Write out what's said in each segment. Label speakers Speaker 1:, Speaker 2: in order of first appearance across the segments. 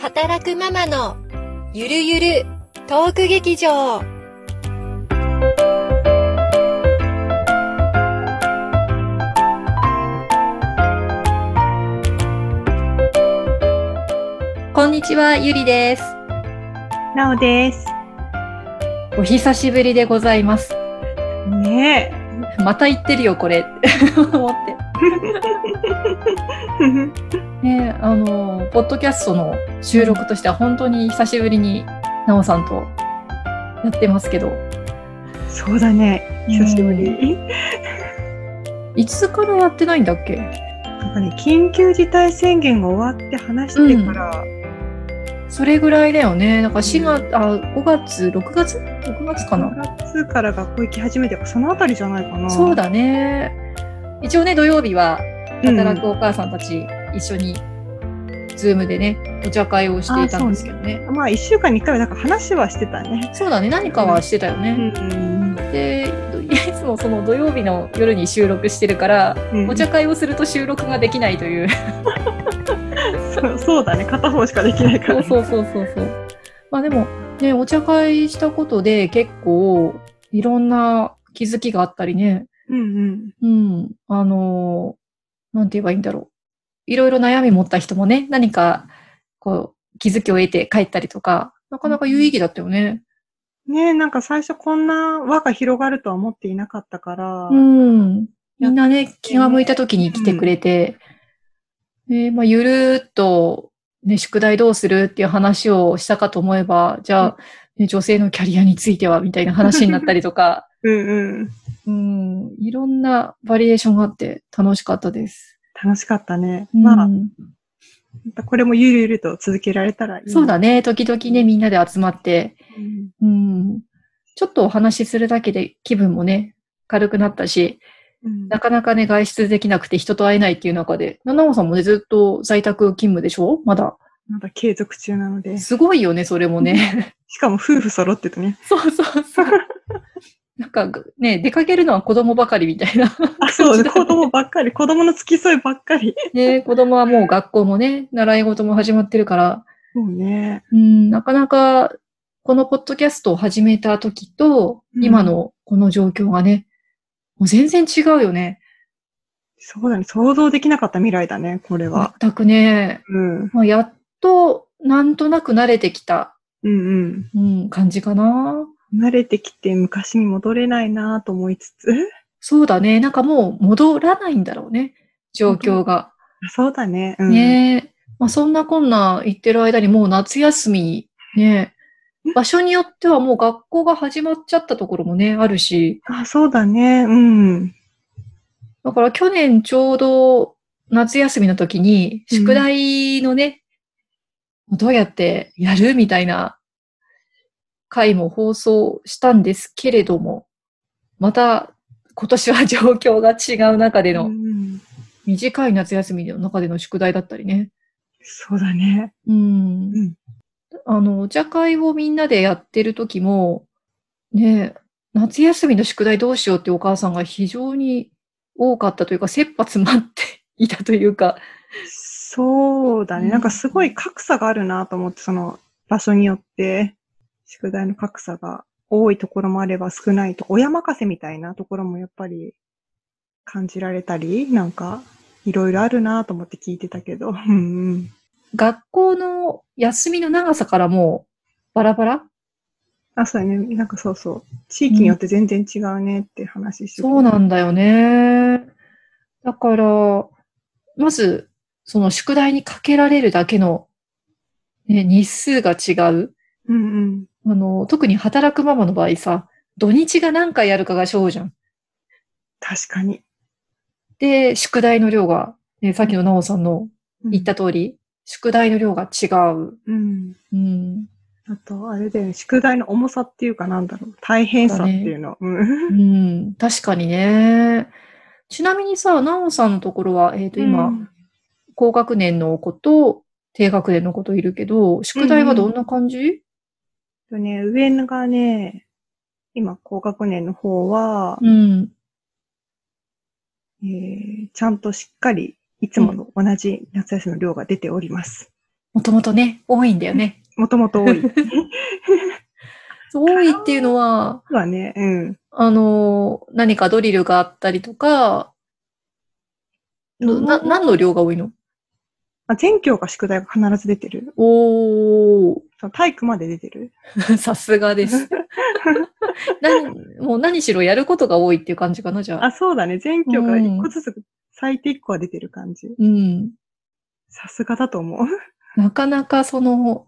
Speaker 1: 働くママのゆるゆるトーク劇場こんにちはゆりです
Speaker 2: なおです。
Speaker 1: お久しぶりでございます
Speaker 2: ね
Speaker 1: また言ってるよこれ思って
Speaker 2: え。
Speaker 1: ねあのポッドキャストの収録としては本当に久しぶりになおさんとやってますけど
Speaker 2: そうだね。久しぶり。
Speaker 1: いつからやってないんだっけ
Speaker 2: なんかね、緊急事態宣言が終わって話してから、
Speaker 1: それぐらいだよねなんか4月あ5月6月6月か
Speaker 2: この
Speaker 1: な
Speaker 2: 夏から学校行き始めてから、そのあたりじゃないかな。
Speaker 1: そうだね一応ね土曜日は
Speaker 2: うん。
Speaker 1: 働くお母さんたち一緒にズームでねお茶会をしていたんですけどね
Speaker 2: まあ、一週間に一回は、なんか話はしてたね。
Speaker 1: そうだね何かはしてたよ
Speaker 2: う
Speaker 1: ね、
Speaker 2: ん。
Speaker 1: でいつもその土曜日の夜に収録してるから
Speaker 2: うん
Speaker 1: お茶会をすると収録ができないという
Speaker 2: そうそうだね。片方しかできないか
Speaker 1: そ
Speaker 2: ら。
Speaker 1: うそうそうそうそう。まあでもね、お茶会したことで結構いろんな気づきがあったりね、
Speaker 2: うん
Speaker 1: うん、あのーなんて言えばいいんだろう。いろいろ悩み持った人もね、何かこう気づきを得て帰ったりとか、なかなか有意義だったよね。
Speaker 2: うん。ねえ、なんか最初こんな輪が広がるとは思っていなかったから、
Speaker 1: うん。みんなね、気が向いた時に来てくれて、でまあ、ゆるーっと、ね、宿題どうするっていう話をしたかと思えば、じゃあ、ね、女性のキャリアについてはみたいな話になったりとか、
Speaker 2: うんうん。
Speaker 1: うん、いろんなバリエーションがあって楽しかったです。
Speaker 2: 楽しかったね。
Speaker 1: うん
Speaker 2: まあ、これもゆるゆると続けられたらいいな。
Speaker 1: そうだね、時々ね、みんなで集まって、
Speaker 2: うん。
Speaker 1: うん、ちょっとお話しするだけで気分もね、軽くなったし、
Speaker 2: うん
Speaker 1: なかなかね、外出できなくて人と会えないっていう中で、七尾さんもね、ずっと在宅勤務でしょまだ。
Speaker 2: まだ継続中なので。
Speaker 1: すごいよね、それもね。
Speaker 2: しかも夫婦揃ってて ね。
Speaker 1: そうそうそう。なんかね、出かけるのは子供ばかりみたい な。
Speaker 2: あ、そう、
Speaker 1: 感じだね
Speaker 2: 子供ばっかり、子供の付き添いばっかり。
Speaker 1: ね、子供はもう学校もね、習い事も始まってるから、
Speaker 2: そうね。
Speaker 1: うん、なかなかこのポッドキャストを始めた時と、
Speaker 2: うん
Speaker 1: 今のこの状況がね、もう全然違うよね。
Speaker 2: そうだね。想像できなかった未来だね、これは。
Speaker 1: 全くね、
Speaker 2: うん。うん
Speaker 1: まあ、やっとなんとなく慣れてきた、
Speaker 2: うん。
Speaker 1: うん、感じかな。
Speaker 2: 慣れてきて昔に戻れないなぁと思いつ つ。
Speaker 1: そうだね。なんかもう戻らないんだろうね。状況が。
Speaker 2: そうだね。うん。
Speaker 1: ねえ。まあそんなこんな言ってる間にもう夏休み、ねえ場所によってはもう学校が始まっちゃったところもね、あるし。
Speaker 2: あ、そうだね。うん。
Speaker 1: だから去年ちょうど夏休みの時に、
Speaker 2: うん
Speaker 1: 宿題のね、どうやってやるみたいな回も放送したんですけれども、また今年は状況が違う中での、
Speaker 2: うん
Speaker 1: 短い夏休みの中での宿題だったりね。
Speaker 2: そうだね。
Speaker 1: うん
Speaker 2: うん。
Speaker 1: あの、お茶会をみんなでやってる時も、ねえ、夏休みの宿題どうしようってお母さんが非常に多かったというか、切羽詰まっていたというか、
Speaker 2: そうだ
Speaker 1: う
Speaker 2: ね。
Speaker 1: ん
Speaker 2: なんかすごい格差があるなと思って、その場所によって、宿題の格差が多いところもあれば少ないと、親任せみたいなところもやっぱり感じられたり、なんかいろいろあるなと思って聞いてたけど。 うんうん。
Speaker 1: 学校の休みの長さからもうバラバラ
Speaker 2: あ、そうだね。なんかそうそう。地域によって全然違うねって話してた
Speaker 1: そうなんだよね。だから、まず、その宿題にかけられるだけの、ね、日数が違う。
Speaker 2: うんうん。
Speaker 1: あの、特に働くママの場合さ、土日が何回やるかが勝負じゃん。
Speaker 2: 確かに。
Speaker 1: で、宿題の量が、ね、さっきの奈緒さんの
Speaker 2: うん
Speaker 1: 言った。通り、宿題の量が違う。
Speaker 2: うん。
Speaker 1: うん。
Speaker 2: あと、あれだよね。宿題の重さっていうかなんだろう。大変さっていうの。うん
Speaker 1: うん、確かにね。ちなみにさ、奈緒さんのところは、えっ、と、今、
Speaker 2: うん
Speaker 1: 高学年の子と低学年の子といるけど、宿題はどんな感じ、
Speaker 2: えっとね、上のがね、今、高学年の方は、
Speaker 1: うん。
Speaker 2: えーちゃんとしっかり、いつもの同じ夏休みの量が出ております。
Speaker 1: もともとね、多いんだよね。
Speaker 2: もともと多 い。
Speaker 1: そう多いっていうのは、
Speaker 2: はね、うん。
Speaker 1: あの、何かドリルがあったりとか、な、何の量が多いの
Speaker 2: あ全教科宿題が必ず出てる。
Speaker 1: おー。
Speaker 2: その体育まで出てる。
Speaker 1: さすが です。何もう何しろやることが多いっていう感じかな、じゃあ。
Speaker 2: あ、そうだね。全教科
Speaker 1: うん
Speaker 2: 一個ずつ、最低一個は出てる感じ。
Speaker 1: うん。
Speaker 2: さすがだと思う。
Speaker 1: なかなかその、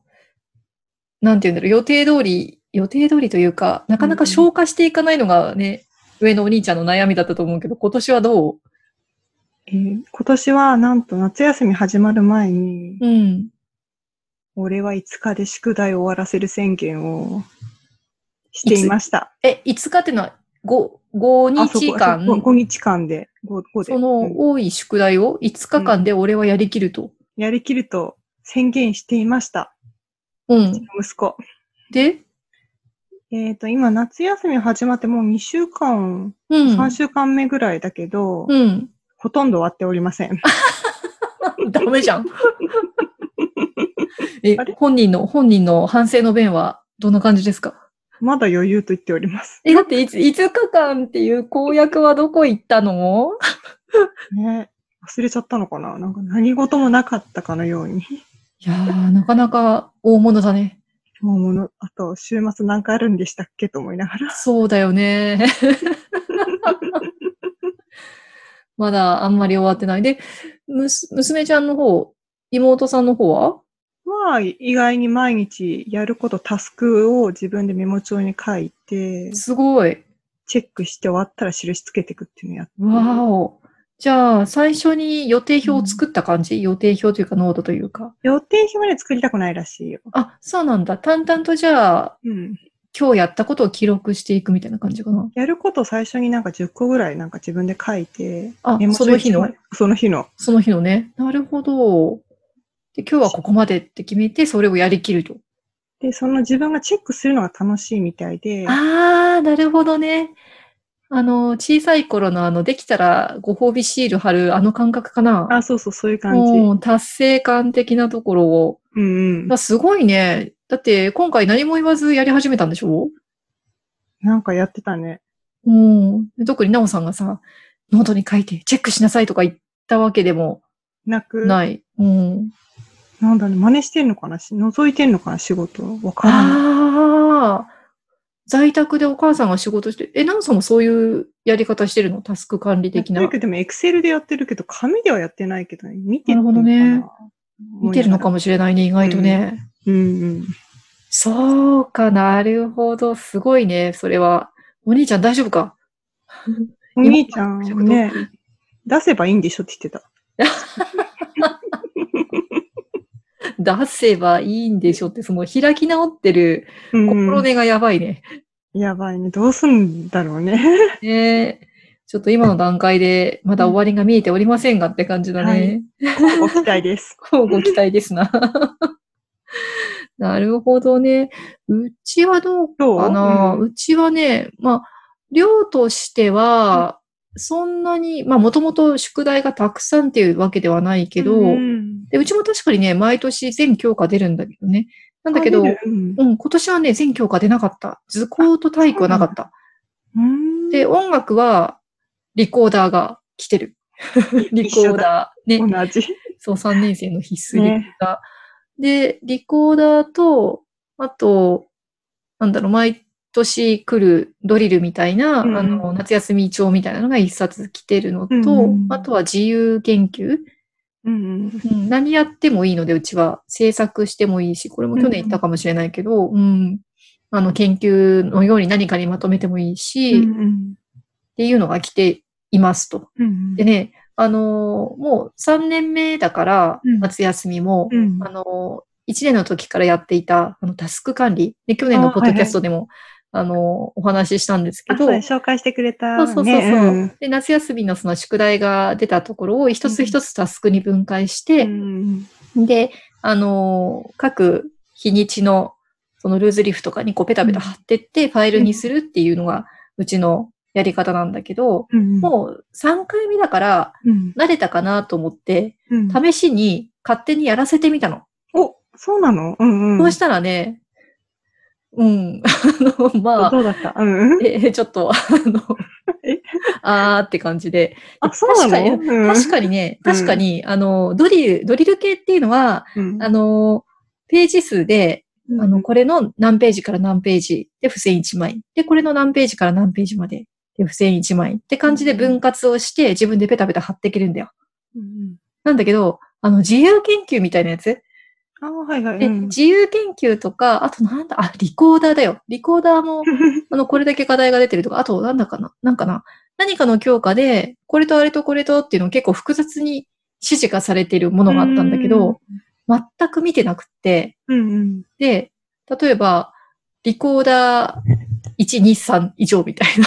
Speaker 1: なんて言うんだろう、予定通り、予定通りというか、なかなか消化していかないのがね、上のお兄ちゃんの悩みだったと思うけど、今年はどう
Speaker 2: えー今年はなんと夏休み始まる前に、
Speaker 1: うん。
Speaker 2: 俺は5日で宿題を終わらせる宣言をしていました。
Speaker 1: え、5日ってのは5、5
Speaker 2: あそこ
Speaker 1: 日間、
Speaker 2: そうご 5, 日間で、5, で、
Speaker 1: そ
Speaker 2: うん
Speaker 1: の多い宿題を5日間で俺はやりきると。
Speaker 2: やりきると宣言していました。
Speaker 1: うん。
Speaker 2: 息子。
Speaker 1: で、
Speaker 2: えっ、と、今夏休み始まってもう2週間、
Speaker 1: うん。
Speaker 2: 3週間目ぐらいだけど、
Speaker 1: うん。
Speaker 2: ほとんど終わっておりません。
Speaker 1: ダメじゃん。え
Speaker 2: あれ、
Speaker 1: 本人の、本人の反省の弁はどんな感じですか
Speaker 2: まだ余裕と言っております。
Speaker 1: え、だっていつ5日間っていう公約はどこ行ったの
Speaker 2: ね忘れちゃったのかななんか何事もなかったかのように。
Speaker 1: いやー、なかなか大物だね。
Speaker 2: もうもの、あと週末何回あるんでしたっけと思いながら。
Speaker 1: そうだよね。 まだあんまり終わってない。で、むす、娘ちゃんの方、妹さんの方は
Speaker 2: まあ、意外に毎日やることタスクを自分でメモ帳に書いて、
Speaker 1: すごい。
Speaker 2: チェックして終わったら印つけていくっていうのやってる
Speaker 1: わお。じゃあ、最初に予定表を作った感じ、予定表というかノートというか。
Speaker 2: 予定表まで作りたくないらしいよ。
Speaker 1: あ、そうなんだ。淡々とじゃあ、
Speaker 2: うん。
Speaker 1: 今日やったことを記録していくみたいな感じかな。
Speaker 2: やることを最初になんか10個ぐらいなんか自分で書いて、
Speaker 1: あ
Speaker 2: メ、モ帳
Speaker 1: その日の
Speaker 2: 一枚その日の。
Speaker 1: その日のね。なるほど。で、今日はここまでって決めて、それをやりきると。
Speaker 2: で、その自分がチェックするのが楽しいみたいで、
Speaker 1: ああ、なるほどね。あの、小さい頃のあの、できたらご褒美シール貼るあの感覚かな。
Speaker 2: あ、そうそう、そういう感じ。
Speaker 1: もう達成感的なところを。
Speaker 2: うんうん
Speaker 1: まあ、。すごいね。だって、今回何も言わずやり始めたんでしょ
Speaker 2: なんかやってたね。
Speaker 1: うん。特になおさんがさ、ノートに書いてチェックしなさいとか言ったわけでも
Speaker 2: なく、な
Speaker 1: ない。うん。
Speaker 2: んだろう、真似してんのかなし覗いてんのかな仕事わからない。
Speaker 1: ああ。在宅でお母さんが仕事して、え、なおさんもそういうやり方してるのタスク管理的な
Speaker 2: やって。るけどでも、エクセルでやってるけど、紙ではやってないけどね。見てるのか
Speaker 1: な
Speaker 2: な
Speaker 1: る見てるのか
Speaker 2: も。
Speaker 1: もしれないね、意外とね。
Speaker 2: うんうん。
Speaker 1: そうかなるほど。すごいね、それは。お兄ちゃん大丈夫か
Speaker 2: お兄ちゃん
Speaker 1: 妹
Speaker 2: ね、出せばいいんでしょって言ってた。
Speaker 1: 出せばいいんでしょって、その開き直ってる
Speaker 2: うんうん
Speaker 1: 心根がやばいね。
Speaker 2: やばいね。どうすんだろうね。
Speaker 1: ねえちょっと今の段階でまだ終わりが見えておりませんがって感じだ
Speaker 2: は
Speaker 1: ね
Speaker 2: い。お期待です。
Speaker 1: 乞うご期待ですな。 なるほどね。うちはどう
Speaker 2: どう
Speaker 1: かな、う
Speaker 2: うん
Speaker 1: ちはね、まあ、量としては、そんなに、まあ、もともと宿題がたくさんっていうわけではないけど、
Speaker 2: うん
Speaker 1: でうちも確かにね、毎年全教科出るんだけどね。なんだけど、
Speaker 2: あ出るうん
Speaker 1: うん、今年はね、全教科出なかった。図工と体育はなかった。
Speaker 2: うん
Speaker 1: で、音楽は、リコーダーが来てる。 リコーダー。ね。
Speaker 2: 同じ。
Speaker 1: そう、3年生の必須リコーダー。で、リコーダーと、あと、なんだろう、毎年来るドリルみたいな、
Speaker 2: うんうん
Speaker 1: あの、夏休み帳みたいなのが一冊来てるのと、
Speaker 2: うんうん
Speaker 1: あとは自由研究、
Speaker 2: うんうん
Speaker 1: うん何やってもいいので、うちは制作してもいいし、これも去年言ったかもしれないけど、うん、あの、研究のように何かにまとめてもいいし、
Speaker 2: う
Speaker 1: っ
Speaker 2: ん
Speaker 1: ていうのが来ていますと。
Speaker 2: うん
Speaker 1: でね、あのーもう3年目だから、
Speaker 2: うん
Speaker 1: 夏休みも、
Speaker 2: うん
Speaker 1: あのー、1年の時からやっていた、あの、タスク管理。で、去年のポッドキャストでも、あ,、のーお話ししたんですけ
Speaker 2: あ
Speaker 1: ど
Speaker 2: そう、だ紹介してくれた
Speaker 1: そ
Speaker 2: ね。
Speaker 1: うそうそうそう、
Speaker 2: うん
Speaker 1: で、夏休みのその宿題が出たところを一つ一つタスクに分解して、
Speaker 2: うん
Speaker 1: で、あのー各日にちの、そのルーズリーフとかにこうペタペタ貼ってって、ファイルにするっていうのが、うちのやり方なんだけど、
Speaker 2: うん
Speaker 1: もう3回目だから、
Speaker 2: うん
Speaker 1: 慣れたかなと思って、
Speaker 2: うん
Speaker 1: 試しに勝手にやらせてみたの。
Speaker 2: おそうなのうんうん。
Speaker 1: そうしたらね、うん、あの、まあ、
Speaker 2: どうだったうんうん。
Speaker 1: え、ちょっと、あの
Speaker 2: え、
Speaker 1: あーって感じで。
Speaker 2: あ、そうなの
Speaker 1: 確確かにね、確かに、あの、ドリル、ドリル系っていうのは、
Speaker 2: に
Speaker 1: あの、ページ数で、あの、これの何ページから何ページで付箋1枚。で、これの何ページから何ページまで。で、付箋1枚。って感じで分割をして、自分でペタペタ貼っていけるんだよ。なんだけど、あの、自由研究みたいなやつ
Speaker 2: あー、はいはい。
Speaker 1: で、
Speaker 2: うん
Speaker 1: 自由研究とか、あとなんだ、あ、リコーダーだよ。リコーダーも、あの、これだけ課題が出てるとか、あと、なんだかな、なんかな、何かの教科で、これとあれとこれとっていうのを結構複雑に指示がされているものがあったんだけど、全く見てなくって、
Speaker 2: うんうん。
Speaker 1: で、例えば、リコーダー1、2、3以上みたいな。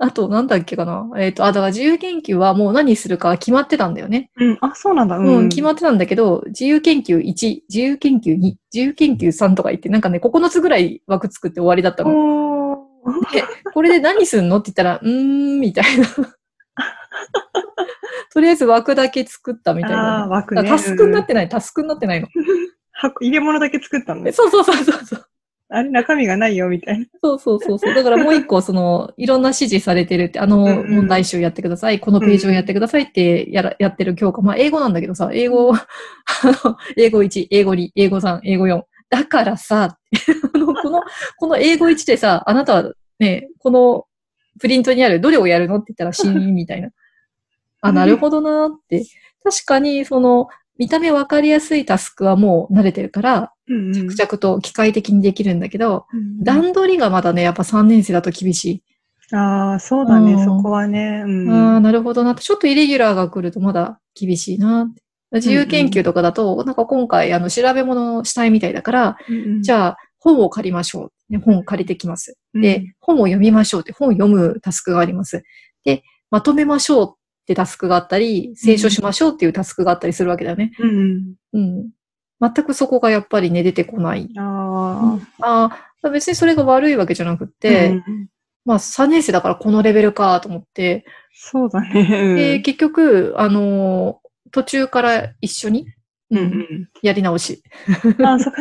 Speaker 1: あと、なんだっけかな。えっ、と、あ、だから自由研究はもう何するか決まってたんだよね。
Speaker 2: うん、あ、そうなんだ。うん。
Speaker 1: うん、決まってたんだけど、自由研究1、自由研究2、自由研究3とか言って、なんかね、9つぐらい枠作って終わりだった
Speaker 2: お
Speaker 1: の。
Speaker 2: ー
Speaker 1: で、これで何すんのって言ったら、う ーん、みた いな。とりあえず枠だけ作ったみたい
Speaker 2: ああー、
Speaker 1: な。
Speaker 2: 枠
Speaker 1: だか
Speaker 2: ね。
Speaker 1: らタスクになっ
Speaker 2: うん
Speaker 1: てない、タスクになってないの。
Speaker 2: 箱入れ物だけ作ったのね。
Speaker 1: そうそうそうそうそう。
Speaker 2: あれ、中身がないよ、みたいな。
Speaker 1: そうそうそうそう。だからもう一個、その、いろんな指示されてるって、あの、
Speaker 2: うんうん
Speaker 1: 問題集やってください、このページをやってくださいってやら、やってる教科。まあ、英語なんだけどさ、英語、あの、英語1、英語2、英語3、英語4。だからさ、あの、この、この英語1でさ、あなたはね、このプリントにあるどれをやるのって言ったら死因みたいな。あ、なるほどなーって。確かに、その、見た目わかりやすいタスクはもう慣れてるから、
Speaker 2: うんうん
Speaker 1: 着々と機械的にできるんだけど、
Speaker 2: うん
Speaker 1: 段取りがまだね、やっぱ3年生だと厳し
Speaker 2: ああ、そうだ
Speaker 1: う
Speaker 2: ね、
Speaker 1: ん
Speaker 2: そこはね。う
Speaker 1: い。
Speaker 2: ん。
Speaker 1: ああ、なるほどなって。ちょっとイレギュラーが来るとまだ厳しいなって。自由研究とかだと、なんか今回、あの、調べ物をしたいみたいだから、じ
Speaker 2: あ、
Speaker 1: ゃあ、本を借りましょう。ね、本を借りてきます。
Speaker 2: うん
Speaker 1: で、、本を読みましょうって、本を読むタスクがあります。で、まとめましょうってタスクがあったり、清書しましょうっていうタスクがあったりするわけだよね。
Speaker 2: うん
Speaker 1: うん。全くそこがやっぱりね、出てこない。
Speaker 2: うん。ああ。
Speaker 1: ああ、別にそれが悪いわけじゃなくって、
Speaker 2: うん
Speaker 1: まあ3年生だからこのレベルかと思って、
Speaker 2: そうだね。
Speaker 1: で、
Speaker 2: うん
Speaker 1: 結局、あのー途中から一緒に、
Speaker 2: うん
Speaker 1: やり直し。
Speaker 2: うん。ああ、そっか。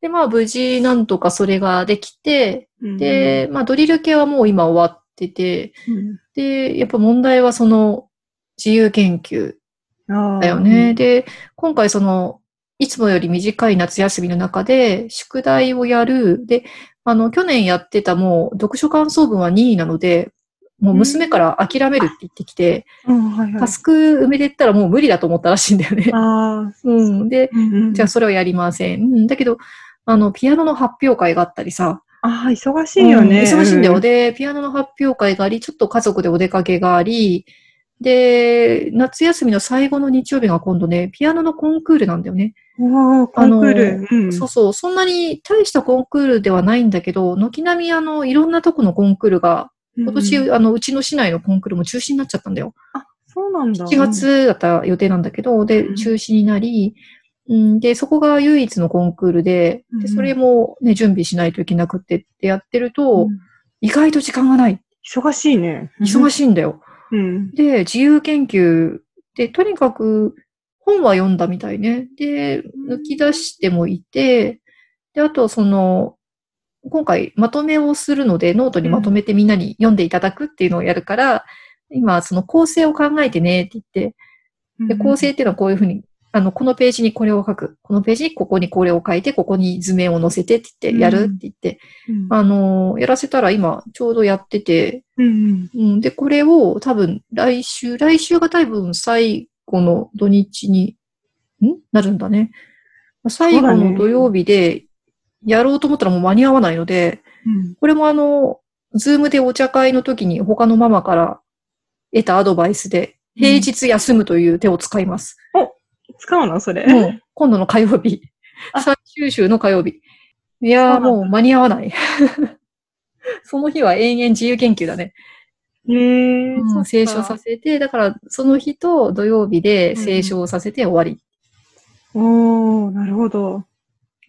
Speaker 1: で、まあ無事なんとかそれができて、
Speaker 2: うん、
Speaker 1: で、まあドリル系はもう今終わってて、
Speaker 2: うん
Speaker 1: で、やっぱ問題はその自由研究
Speaker 2: ああ
Speaker 1: だよね。。で、今回その、いつもより短い夏休みの中で、宿題をやる。で、あの、去年やってたもう、読書感想文は任意なので、もう娘から諦めるって言ってきて、
Speaker 2: うん、はいは
Speaker 1: タ
Speaker 2: い
Speaker 1: ス。ク埋めてったらもう無理だと思ったらしいんだよね。
Speaker 2: ああ、
Speaker 1: うん。で、
Speaker 2: うんうん。
Speaker 1: じゃあそれをやりません。うん、だけど、あの、ピアノの発表会があったりさ。
Speaker 2: ああ、忙しいよね。
Speaker 1: うん忙しいんだよ。
Speaker 2: ね。
Speaker 1: で、ピアノの発表会があり、ちょっと家族でお出かけがあり、で、夏休みの最後の日曜日が今度ね、ピアノのコンクールなんだよね。
Speaker 2: おーコンクール。うん
Speaker 1: そうそう、そんなに大したコンクールではないんだけど、軒並みあの、いろんなとこのコンクールが、今年、
Speaker 2: うん
Speaker 1: あの、うちの市内のコンクールも中止になっちゃったんだよ。
Speaker 2: そうなんだ。
Speaker 1: 7月だった予定なんだけど、
Speaker 2: う
Speaker 1: で、
Speaker 2: ん
Speaker 1: 中止になり、うん、で、そこが唯一のコンクールで、
Speaker 2: うん
Speaker 1: でそれもね、準備しないといけなくてってやってると、
Speaker 2: うん
Speaker 1: 意外と時間がない。
Speaker 2: 忙しいね。
Speaker 1: 忙
Speaker 2: し
Speaker 1: しいんだよ。
Speaker 2: い。うん。
Speaker 1: で、自由研究で、とにかく本は読んだみたいね。で、抜き出してもいて、で、あとその、今回まとめをするので、ノートにまとめてみんなに読んでいただくっていうのをやるから、今、その構成を考えてねって言って、で、構成っていうのはこういうふうに、あの、このページにこれを書く。このページにここにこれを書いて、ここに図面を載せてって言
Speaker 2: う
Speaker 1: って、
Speaker 2: ん
Speaker 1: やるって言って、
Speaker 2: うん。
Speaker 1: あのーやらせたら今ちょうどやってて、
Speaker 2: うん
Speaker 1: うん、で、これを多分来週、来週が多分最後の土日に、んなるんだね。最後の土曜日で、やろうと思ったらもう間に合わないので、
Speaker 2: うん。
Speaker 1: これもあの、ズームでお茶会の時に他のママから得たアドバイスで、平日休むという手を使います。
Speaker 2: 使うのそれ。
Speaker 1: もう、今度の火曜日。
Speaker 2: あ
Speaker 1: 最終週の火曜日。いや
Speaker 2: そうな
Speaker 1: ー、
Speaker 2: んだ
Speaker 1: もう間に合わ ない。その日は延々自由研究だね。
Speaker 2: へえ
Speaker 1: う。ん、
Speaker 2: そっ
Speaker 1: 清
Speaker 2: か
Speaker 1: 書させて、だからその日と土曜日で清書をさせて終わり。
Speaker 2: おー、なるほど。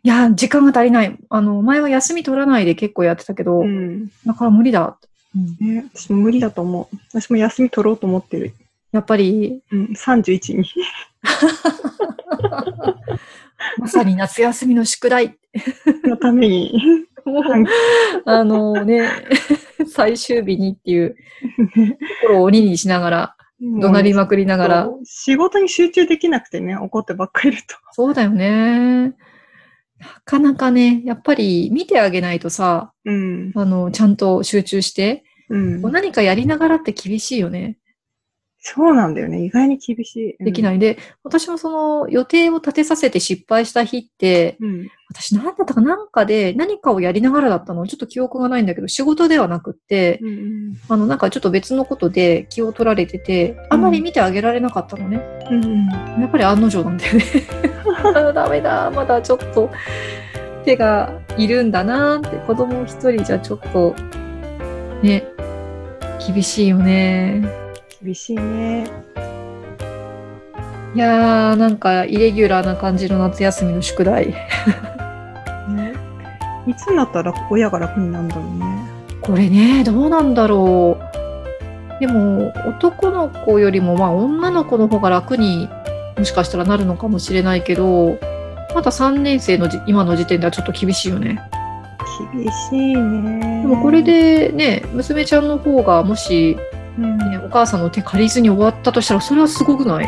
Speaker 1: いやー、時間が足りない。あの、前は休み取らないで結構やってたけど、
Speaker 2: うん。
Speaker 1: だから無理だ。
Speaker 2: ね、私も無理だと思う。私も休み取ろうと思ってる。
Speaker 1: やっぱり、
Speaker 2: うん、31に。
Speaker 1: まさに夏休みの宿 題。
Speaker 2: のために。
Speaker 1: もう、あのね、最終日にって いう、心を鬼にしながら、怒鳴りまくりながら。
Speaker 2: もう仕事に集中できなくてね、怒ってばっかりいると。
Speaker 1: そうだよね。なかなかね、やっぱり見てあげないとさ、
Speaker 2: うん。
Speaker 1: あの、ちゃんと集中して、
Speaker 2: うん
Speaker 1: こう。何かやりながらって厳しいよね。
Speaker 2: そうなんだよね。意外に厳しい。うん
Speaker 1: できない。で、私もその予定を立てさせて失敗した日って、
Speaker 2: うん。
Speaker 1: 私何だったかなんかで何かをやりながらだったのちょっと記憶がないんだけど、仕事ではなくって、
Speaker 2: うんうん。
Speaker 1: あの、なんかちょっと別のことで気を取られてて、あまり見てあげられなかったのね。
Speaker 2: うんうん。
Speaker 1: やっぱり案の定なんだよね。 あダメだ、まだちょっと手がいるんだなって、子供一人じゃちょっと、ね、厳しいよね。
Speaker 2: 厳しいね。
Speaker 1: いやー、なんかイレギュラーな感じの夏休みの宿 題。
Speaker 2: ねいつになったら親が楽になるんだろうね。
Speaker 1: これね、どうなんだろう。でも、男の子よりも、まあ、女の子の方が楽にもしかしたらなるのかもしれないけど、まだ3年生のじ今の時点ではちょっと厳しいよね。
Speaker 2: 厳しいね。
Speaker 1: でもこれ、でね、娘ちゃんの方がもし、
Speaker 2: うん、
Speaker 1: ね、お母さんの手借りずに終わったとしたら、それはすごくない